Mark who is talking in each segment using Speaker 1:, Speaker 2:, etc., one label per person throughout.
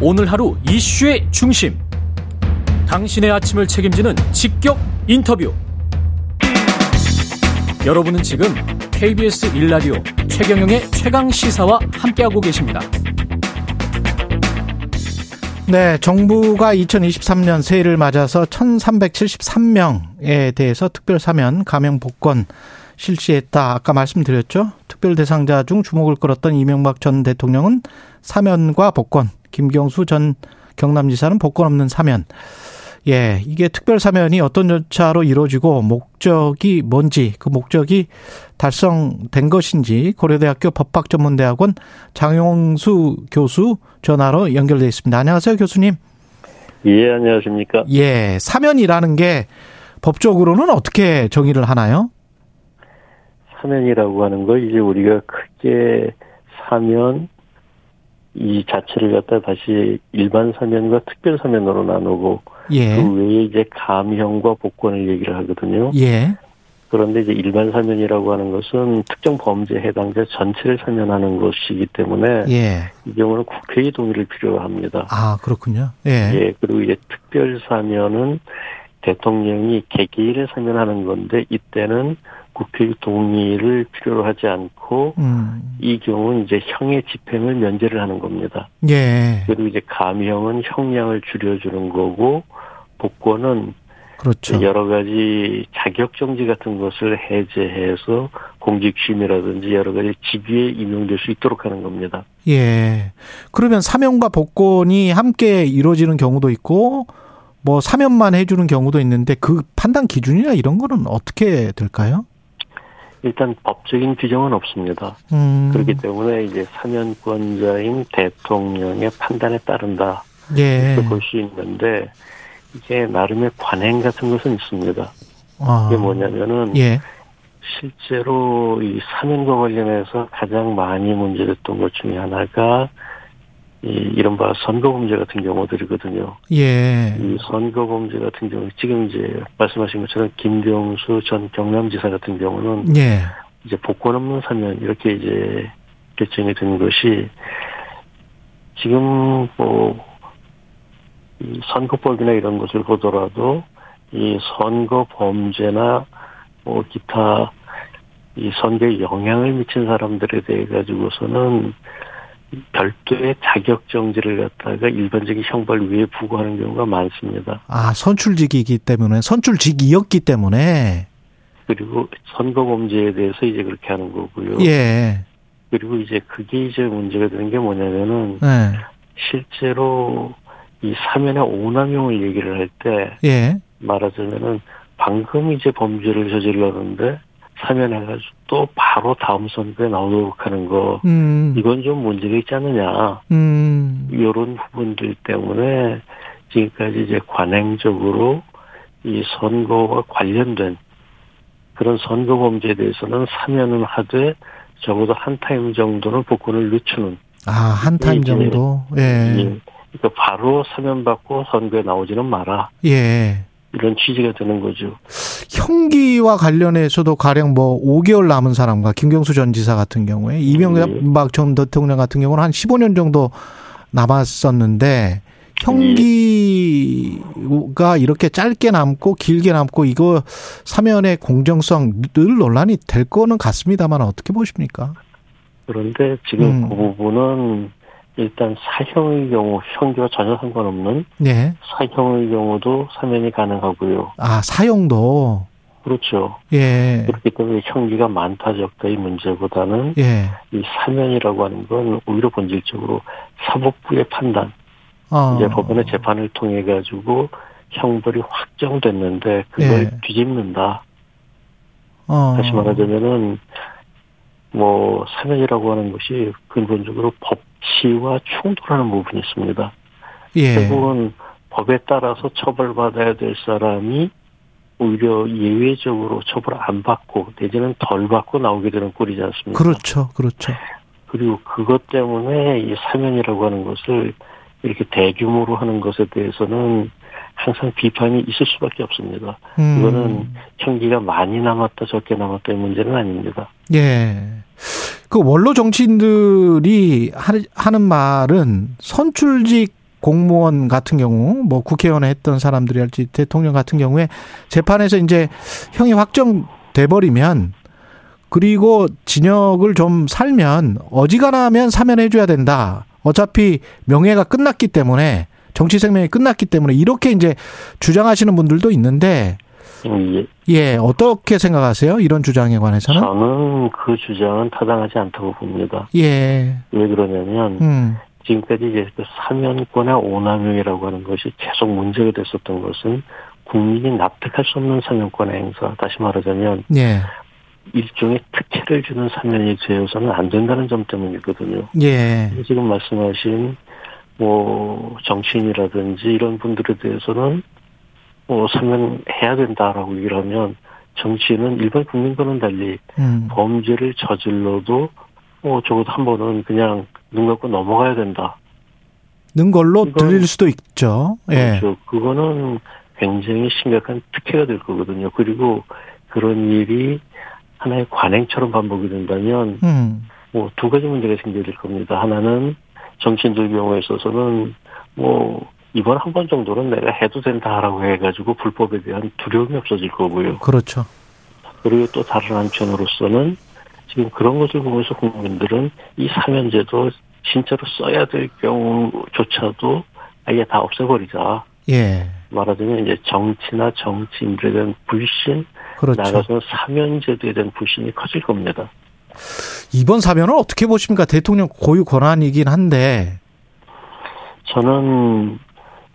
Speaker 1: 오늘 하루 이슈의 중심. 당신의 아침을 책임지는 직격 인터뷰. 여러분은 지금 KBS 일라디오 최경영의 최강 시사와 함께하고 계십니다.
Speaker 2: 네, 정부가 2023년 새해를 맞아서 1,373명에 대해서 특별 사면 감형 복권 실시했다. 아까 말씀드렸죠? 특별 대상자 중 주목을 끌었던 이명박 전 대통령은 사면과 복권, 김경수 전 경남지사는 복권 없는 사면. 예, 이게 특별 사면이 어떤 절차로 이루어지고 목적이 뭔지 그 목적이 달성된 것인지 고려대학교 법학전문대학원 장용수 교수 전화로 연결돼 있습니다. 안녕하세요, 교수님.
Speaker 3: 예, 안녕하십니까.
Speaker 2: 예, 사면이라는 게 법적으로는 어떻게 정의를 하나요?
Speaker 3: 사면이라고 하는 걸 이제 우리가 크게 사면 이 자체를 갖다 다시 일반 사면과 특별 사면으로 나누고
Speaker 2: 예.
Speaker 3: 그 외에 이제 감형과 복권을 얘기를 하거든요.
Speaker 2: 예.
Speaker 3: 그런데 이제 일반 사면이라고 하는 것은 특정 범죄 해당자 전체를 사면하는 것이기 때문에
Speaker 2: 예.
Speaker 3: 이 경우는 국회의 동의를 필요합니다.
Speaker 2: 아, 그렇군요. 예.
Speaker 3: 예, 그리고 이제 특별 사면은 대통령이 개개인의 사면하는 건데 이때는 국회의 동의를 필요로 하지 않고
Speaker 2: 음.
Speaker 3: 이 경우는 이제 형의 집행을 면제를 하는 겁니다.
Speaker 2: 예.
Speaker 3: 그리고 이제 감형은 형량을 줄여주는 거고 복권은
Speaker 2: 그렇죠.
Speaker 3: 여러 가지 자격정지 같은 것을 해제해서 공직심이라든지 여러 가지 직위에 임용될 수 있도록 하는 겁니다.
Speaker 2: 예. 그러면 사면과 복권이 함께 이루어지는 경우도 있고, 뭐 사면만 해주는 경우도 있는데 그 판단 기준이나 이런 거는 어떻게 될까요?
Speaker 3: 일단 법적인 규정은 없습니다.
Speaker 2: 음,
Speaker 3: 그렇기 때문에 이제 사면권자인 대통령의 판단에 따른다.
Speaker 2: 예.
Speaker 3: 그렇게 볼 수 있는데 이게 나름의 관행 같은 것은 있습니다.
Speaker 2: 아,
Speaker 3: 이게 뭐냐면은
Speaker 2: 예.
Speaker 3: 실제로 이 사면과 관련해서 가장 많이 문제됐던 것 중에 하나가 이 이른바 선거범죄 같은 경우들이거든요.
Speaker 2: 예.
Speaker 3: 이 선거범죄 같은 경우 지금 이제 말씀하신 것처럼 김경수 전 경남지사 같은 경우는
Speaker 2: 예.
Speaker 3: 이제 복권 없는 사면 이렇게 이제 결정이 된 것이 지금 뭐이 선거법이나 이런 것을 보더라도 이 선거 범죄나 뭐 기타 이 선거에 영향을 미친 사람들에 대해 가지고서는 별도의 자격 정지를 갖다가 일반적인 형벌 위에 부과하는 경우가 많습니다.
Speaker 2: 아, 선출직이기 때문에, 선출직이었기 때문에,
Speaker 3: 그리고 선거 범죄에 대해서 이제 그렇게 하는 거고요.
Speaker 2: 예.
Speaker 3: 그리고 이제 그게 이제 문제가 되는 게 뭐냐면은
Speaker 2: 예.
Speaker 3: 실제로 이 사면의 오남용을 얘기를 할 때
Speaker 2: 예.
Speaker 3: 말하자면은 방금 이제 범죄를 저질렀는데 사면해가지고 또 바로 다음 선거에 나오도록 하는 거
Speaker 2: 음,
Speaker 3: 이건 좀 문제가 있지 않느냐
Speaker 2: 음,
Speaker 3: 이런 부분들 때문에 지금까지 이제 관행적으로 이 선거와 관련된 그런 선거 범죄에 대해서는 사면은 하되 적어도 한 타임 정도는 복권을 늦추는
Speaker 2: 아, 한 타임
Speaker 3: 이게-
Speaker 2: 정도? 예.
Speaker 3: 예. 그러니까 바로 사면 받고 선거에 나오지는 마라
Speaker 2: 예.
Speaker 3: 이런 취지가 되는 거죠.
Speaker 2: 형기와 관련해서도 가령 뭐 5개월 남은 사람과 김경수 전 지사 같은 경우에
Speaker 3: 예.
Speaker 2: 이명박 전 대통령 같은 경우는 한 15년 정도 남았었는데 형기가 이렇게 짧게 남고 길게 남고 이거 사면의 공정성 늘 논란이 될 거는 같습니다만 어떻게 보십니까?
Speaker 3: 그런데 지금
Speaker 2: 음.
Speaker 3: 그 부분은 일단 사형의 경우 형기와 전혀 상관없는
Speaker 2: 예.
Speaker 3: 사형의 경우도 사면이 가능하고요.
Speaker 2: 아, 사용도
Speaker 3: 그렇죠.
Speaker 2: 예.
Speaker 3: 그렇기 때문에 형기가 많다 적다의 문제보다는
Speaker 2: 예.
Speaker 3: 이 사면이라고 하는 건 오히려 본질적으로 사법부의 판단,
Speaker 2: 어.
Speaker 3: 이제 법원의 재판을 통해 가지고 형벌이 확정됐는데 그걸
Speaker 2: 예.
Speaker 3: 뒤집는다.
Speaker 2: 어.
Speaker 3: 다시 말하자면은 뭐 사면이라고 하는 것이 근본적으로 법치와 충돌하는 부분이 있습니다.
Speaker 2: 예.
Speaker 3: 결국은 법에 따라서 처벌받아야 될 사람이 오히려 예외적으로 처벌 안 받고 내지는 덜 받고 나오게 되는 꼴이지 않습니까?
Speaker 2: 그렇죠. 그렇죠.
Speaker 3: 리고 그것 때문에 이 사면이라고 하는 것을 이렇게 대규모로 하는 것에 대해서는 항상 비판이 있을 수밖에 없습니다.
Speaker 2: 음.
Speaker 3: 이거는 형기가 많이 남았다 적게 남았다의 문제는 아닙니다.
Speaker 2: 예. 그 원로 정치인들이 하- 하는 말은 선출직 공무원 같은 경우 뭐 국회의원에 했던 사람들이 할지 대통령 같은 경우에 재판에서 이제 형이 확정돼 버리면 그리고 진역을 좀 살면 어지간하면 사면해 줘야 된다. 어차피 명예가 끝났기 때문에 정치 생명이 끝났기 때문에 이렇게 이제 주장하시는 분들도 있는데
Speaker 3: 예,
Speaker 2: 예, 어떻게 생각하세요? 이런 주장에 관해서는?
Speaker 3: 저는 그 주장은 타당하지 않다고 봅니다.
Speaker 2: 예.
Speaker 3: 왜 그러냐면
Speaker 2: 음.
Speaker 3: 지금까지 이제 그 사면권의 오남용이라고 하는 것이 계속 문제가 됐었던 것은 국민이 납득할 수 없는 사면권의 행사, 다시 말하자면
Speaker 2: 예.
Speaker 3: 일종의 특혜를 주는 사면이 되어서는 안 된다는 점 때문이거든요.
Speaker 2: 예.
Speaker 3: 지금 말씀하신 뭐 정치인이라든지 이런 분들에 대해서는 뭐 사면해야 된다라고 얘기를 하면 정치인은 일반 국민과는 달리
Speaker 2: 음.
Speaker 3: 범죄를 저질러도 뭐 적어도 한 번은 그냥 눈 감고 넘어가야 된다.
Speaker 2: 는 걸로
Speaker 3: 이건-
Speaker 2: 들릴 수도 있죠. 예.
Speaker 3: 그렇죠. 그거는 굉장히 심각한 특혜가 될 거거든요. 그리고 그런 일이 하나의 관행처럼 반복이 된다면
Speaker 2: 음.
Speaker 3: 뭐 두 가지 문제가 생겨질 겁니다. 하나는 정치인들 경우에 있어서는 뭐 이번 한 번 정도는 내가 해도 된다라고 해가지고 불법에 대한 두려움이 없어질 거고요.
Speaker 2: 그렇죠.
Speaker 3: 그리고 또 다른 한편으로서는 지금 그런 것을 보면서 국민들은 이 사면제도 진짜로 써야 될 경우조차도 아예 다 없애버리자.
Speaker 2: 예.
Speaker 3: 말하자면 이제 정치나 정치인들에 대한 불신,
Speaker 2: 그렇죠.
Speaker 3: 나가서 사면제도에 대한 불신이 커질 겁니다.
Speaker 2: 이번 사면은 어떻게 보십니까? 대통령 고유 권한이긴 한데.
Speaker 3: 저는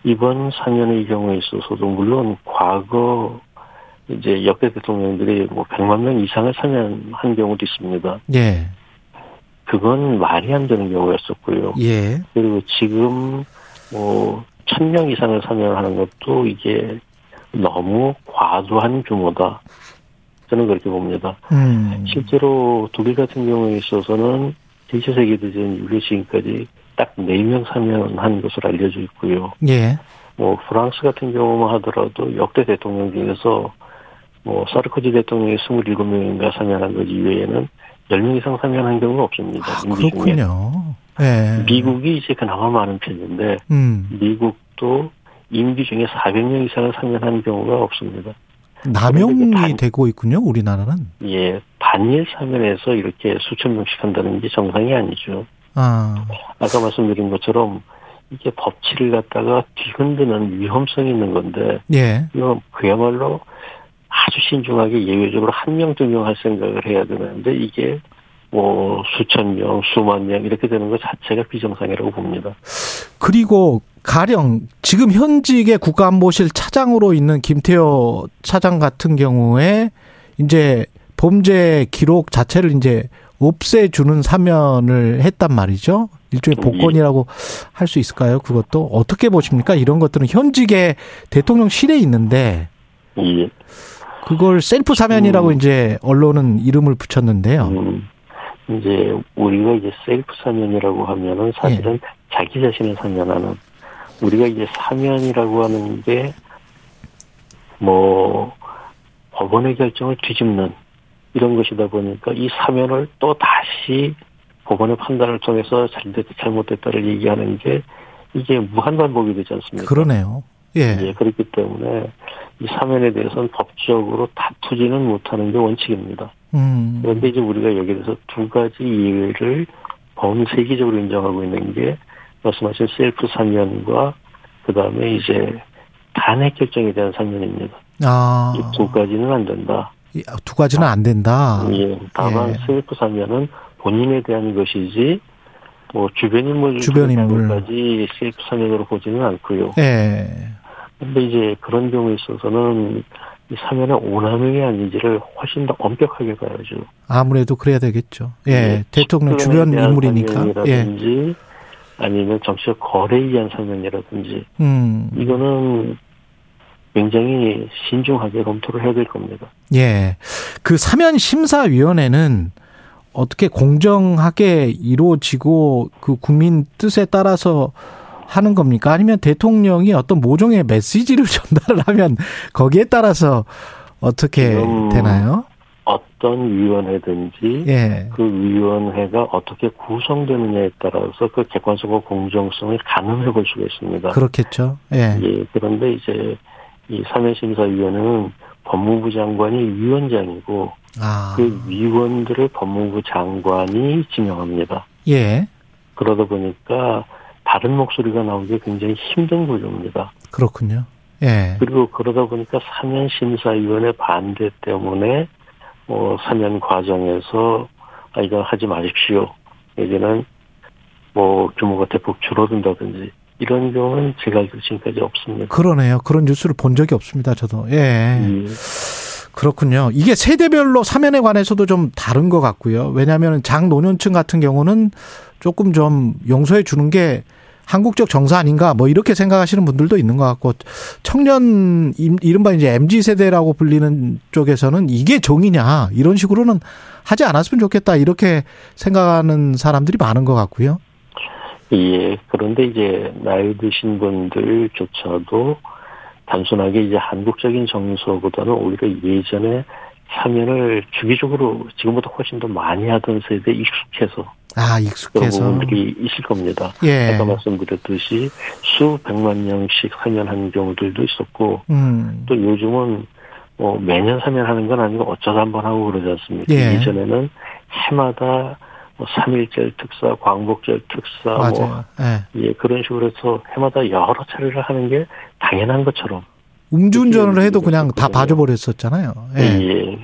Speaker 3: 이번 사면의 경우에 있어서도 물론 과거 이제 역대 대통령들이 뭐 100만 명 이상을 사면한 경우도 있습니다.
Speaker 2: 예.
Speaker 3: 그건 말이 안 되는 경우였었고요.
Speaker 2: 예.
Speaker 3: 그리고 지금 뭐 1000명 이상을 사면하는 것도 이게 너무 과도한 규모다. 저는 그렇게 봅니다.
Speaker 2: 음.
Speaker 3: 실제로 독일 같은 경우에 있어서는 1차 세계대전 이후에 지금까지 딱 4명 사면한 것으로 알려져 있고요.
Speaker 2: 예.
Speaker 3: 뭐 프랑스 같은 경우만 하더라도 역대 대통령 중에서 뭐 사르코지 대통령이 27명인가 사면한 것 이외에는 10명 이상 사면한 경우는 없습니다.
Speaker 2: 아,
Speaker 3: 임기 중에.
Speaker 2: 그렇군요. 예.
Speaker 3: 미국이 이제 그나마 많은 편인데
Speaker 2: 음.
Speaker 3: 미국도 임기 중에 400명 이상을 사면한 경우가 없습니다.
Speaker 2: 남용이
Speaker 3: 반-
Speaker 2: 되고 있군요. 우리나라는.
Speaker 3: 예, 반일 사면에서 이렇게 수천 명씩 한다는 게 정상이 아니죠.
Speaker 2: 아.
Speaker 3: 아까 말씀드린 것처럼 이게 법치를 갖다가 뒤흔드는 위험성이 있는 건데
Speaker 2: 예.
Speaker 3: 이건 그야말로 아주 신중하게 예외적으로 한 명, 두 명 할 생각을 해야 되는데 이게 뭐 수천 명, 수만 명 이렇게 되는 것 자체가 비정상이라고 봅니다.
Speaker 2: 그리고 가령 지금 현직의 국가안보실 차장으로 있는 김태호 차장 같은 경우에 이제 범죄 기록 자체를 이제 없애주는 사면을 했단 말이죠.
Speaker 3: 음,
Speaker 2: 일종의
Speaker 3: 예.
Speaker 2: 복권이라고 할 수 있을까요? 그것도 어떻게 보십니까? 이런 것들은 현직의 대통령실에 있는데
Speaker 3: 예.
Speaker 2: 그걸 셀프 사면이라고
Speaker 3: 음.
Speaker 2: 이제 언론은 이름을 붙였는데요.
Speaker 3: 음, 이제 우리가 이제 셀프 사면이라고 하면은
Speaker 2: 예.
Speaker 3: 사실은 자기 자신을 사면하는 우리가 이제 사면이라고 하는 게 뭐 법원의 결정을 뒤집는 이런 것이다 보니까 이 사면을 또 다시 법원의 판단을 통해서 잘됐다 잘못됐다를 얘기하는 게 이게 무한 반복이 되지 않습니까?
Speaker 2: 그러네요.
Speaker 3: 예,
Speaker 2: 예.
Speaker 3: 그렇기 때문에 이 사면에 대해서는 법적으로 다투지는 못하는 게 원칙입니다.
Speaker 2: 음.
Speaker 3: 그런데 이제 우리가 여기에 대해서 두 가지 예외를 범세계적으로 인정하고 있는 게 말씀하신 셀프 상면과 그다음에 이제 단핵 결정에 대한 상면입니다.
Speaker 2: 아.
Speaker 3: 이 두 가지는 안 된다.
Speaker 2: 두 가지는 안 된다.
Speaker 3: 예,
Speaker 2: 아.
Speaker 3: 다만
Speaker 2: 예.
Speaker 3: 셀프 상면은 본인에 대한 것이지 뭐 주변 인물
Speaker 2: 주변 인물.
Speaker 3: 까지 셀프 상면으로 보지는 않고요.
Speaker 2: 예.
Speaker 3: 근데 이제 그런 경우에 있어서는 이 사면의 오남용이 아닌지를 훨씬 더 엄격하게 봐야죠.
Speaker 2: 아무래도 그래야 되겠죠. 예,
Speaker 3: 예,
Speaker 2: 대통령 주변
Speaker 3: 측근에 대한
Speaker 2: 인물이니까. 예,
Speaker 3: 사면이라든지 아니면 정치적 거래에 의한 사면이라든지
Speaker 2: 음,
Speaker 3: 이거는 굉장히 신중하게 검토를 해야 될 겁니다.
Speaker 2: 예. 그 사면 심사위원회는 어떻게 공정하게 이루어지고 그 국민 뜻에 따라서 하는 겁니까? 아니면 대통령이 어떤 모종의 메시지를 전달을 하면 거기에 따라서 어떻게
Speaker 3: 음.
Speaker 2: 되나요?
Speaker 3: 어떤 위원회든지
Speaker 2: 예.
Speaker 3: 그 위원회가 어떻게 구성되느냐에 따라서 그 객관성과 공정성을 가늠해 볼 수가 있습니다.
Speaker 2: 그렇겠죠. 예.
Speaker 3: 네. 예, 그런데 이제 이 사면심사위원회는 법무부 장관이 위원장이고
Speaker 2: 아.
Speaker 3: 그 위원들을 법무부 장관이 지명합니다.
Speaker 2: 예.
Speaker 3: 그러다 보니까 다른 목소리가 나오기 굉장히 힘든 구조입니다.
Speaker 2: 그렇군요. 예.
Speaker 3: 그리고 그러다 보니까 사면심사위원회 반대 때문에 뭐 사면 과정에서 아 이건 하지 마십시오. 이제는 뭐 규모가 대폭 줄어든다든지 이런 경우는 제가 알기로 지금까지 없습니다.
Speaker 2: 그러네요. 그런 뉴스를 본 적이 없습니다. 저도. 예.
Speaker 3: 예.
Speaker 2: 그렇군요. 이게 세대별로 사면에 관해서도 좀 다른 것 같고요. 왜냐하면 장노년층 같은 경우는 조금 좀 용서해 주는 게 한국적 정사 아닌가 뭐 이렇게 생각하시는 분들도 있는 것 같고 청년 임- 이른바 이제 MZ 세대라고 불리는 쪽에서는 이게 정이냐 이런 식으로는 하지 않았으면 좋겠다 이렇게 생각하는 사람들이 많은 것 같고요.
Speaker 3: 예, 그런데 이제 나이 드신 분들조차도 단순하게 이제 한국적인 정서보다는 오히려 예전에 사면을 주기적으로 지금보다 훨씬 더 많이 하던 세대에 익숙해서
Speaker 2: 아
Speaker 3: 그런
Speaker 2: 익숙해서
Speaker 3: 부분들이 있을 겁니다.
Speaker 2: 예,
Speaker 3: 아까 말씀드렸듯이 수백만 명씩 사면한 경우들도 있었고
Speaker 2: 음,
Speaker 3: 또 요즘은 뭐 매년 사면하는 건 아니고 어쩌다 한 번 하고 그러지 않습니까?
Speaker 2: 예.
Speaker 3: 예전에는 해마다 뭐 3.1절 특사, 광복절 특사, 뭐
Speaker 2: 맞아요. 예.
Speaker 3: 예, 그런 식으로 해서 해마다 여러 차례를 하는 게 당연한 것처럼.
Speaker 2: 음주운전을 해도 그냥 다 봐줘버렸었잖아요. 예.
Speaker 3: 예.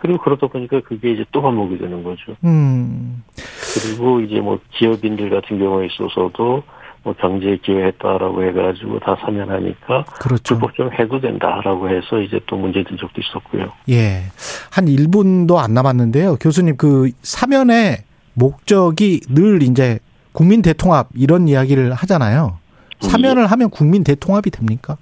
Speaker 3: 그리고 그러다 보니까 그게 이제 또 반복이 되는 거죠.
Speaker 2: 음,
Speaker 3: 그리고 이제 뭐 기업인들 같은 경우에 있어서도 뭐 경제 기회했다라고 해가지고 다 사면하니까
Speaker 2: 그렇죠.
Speaker 3: 불법 좀 해도 된다라고 해서 이제 또 문제된 적도 있었고요.
Speaker 2: 예. 한 1분도 안 남았는데요. 교수님, 그 사면의 목적이 늘 이제 국민 대통합 이런 이야기를 하잖아요. 사면을 하면 국민 대통합이 됩니까?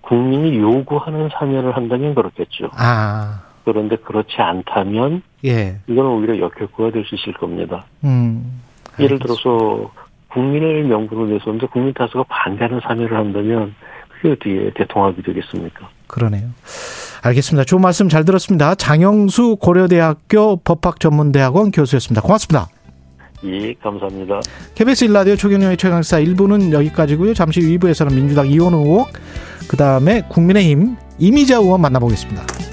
Speaker 3: 국민이 요구하는 사면을 한다면 그렇겠죠.
Speaker 2: 아,
Speaker 3: 그런데 그렇지 않다면
Speaker 2: 예.
Speaker 3: 이건 오히려 역효과가 될 수 있을 겁니다.
Speaker 2: 음.
Speaker 3: 예를 들어서 국민을 명분으로 내세웠는데 국민 다수가 반대하는 사면을 한다면 그게 어떻게 대통합이 되겠습니까?
Speaker 2: 그러네요. 알겠습니다. 좋은 말씀 잘 들었습니다. 장영수 고려대학교 법학전문대학원 교수였습니다. 고맙습니다.
Speaker 3: 예, 감사합니다.
Speaker 2: KBS 일라디오 최경영의 최강사 1부는 여기까지고요. 잠시 후 2부에서는 민주당 이원우 의원, 그 다음에 국민의힘 이미자 의원 만나보겠습니다.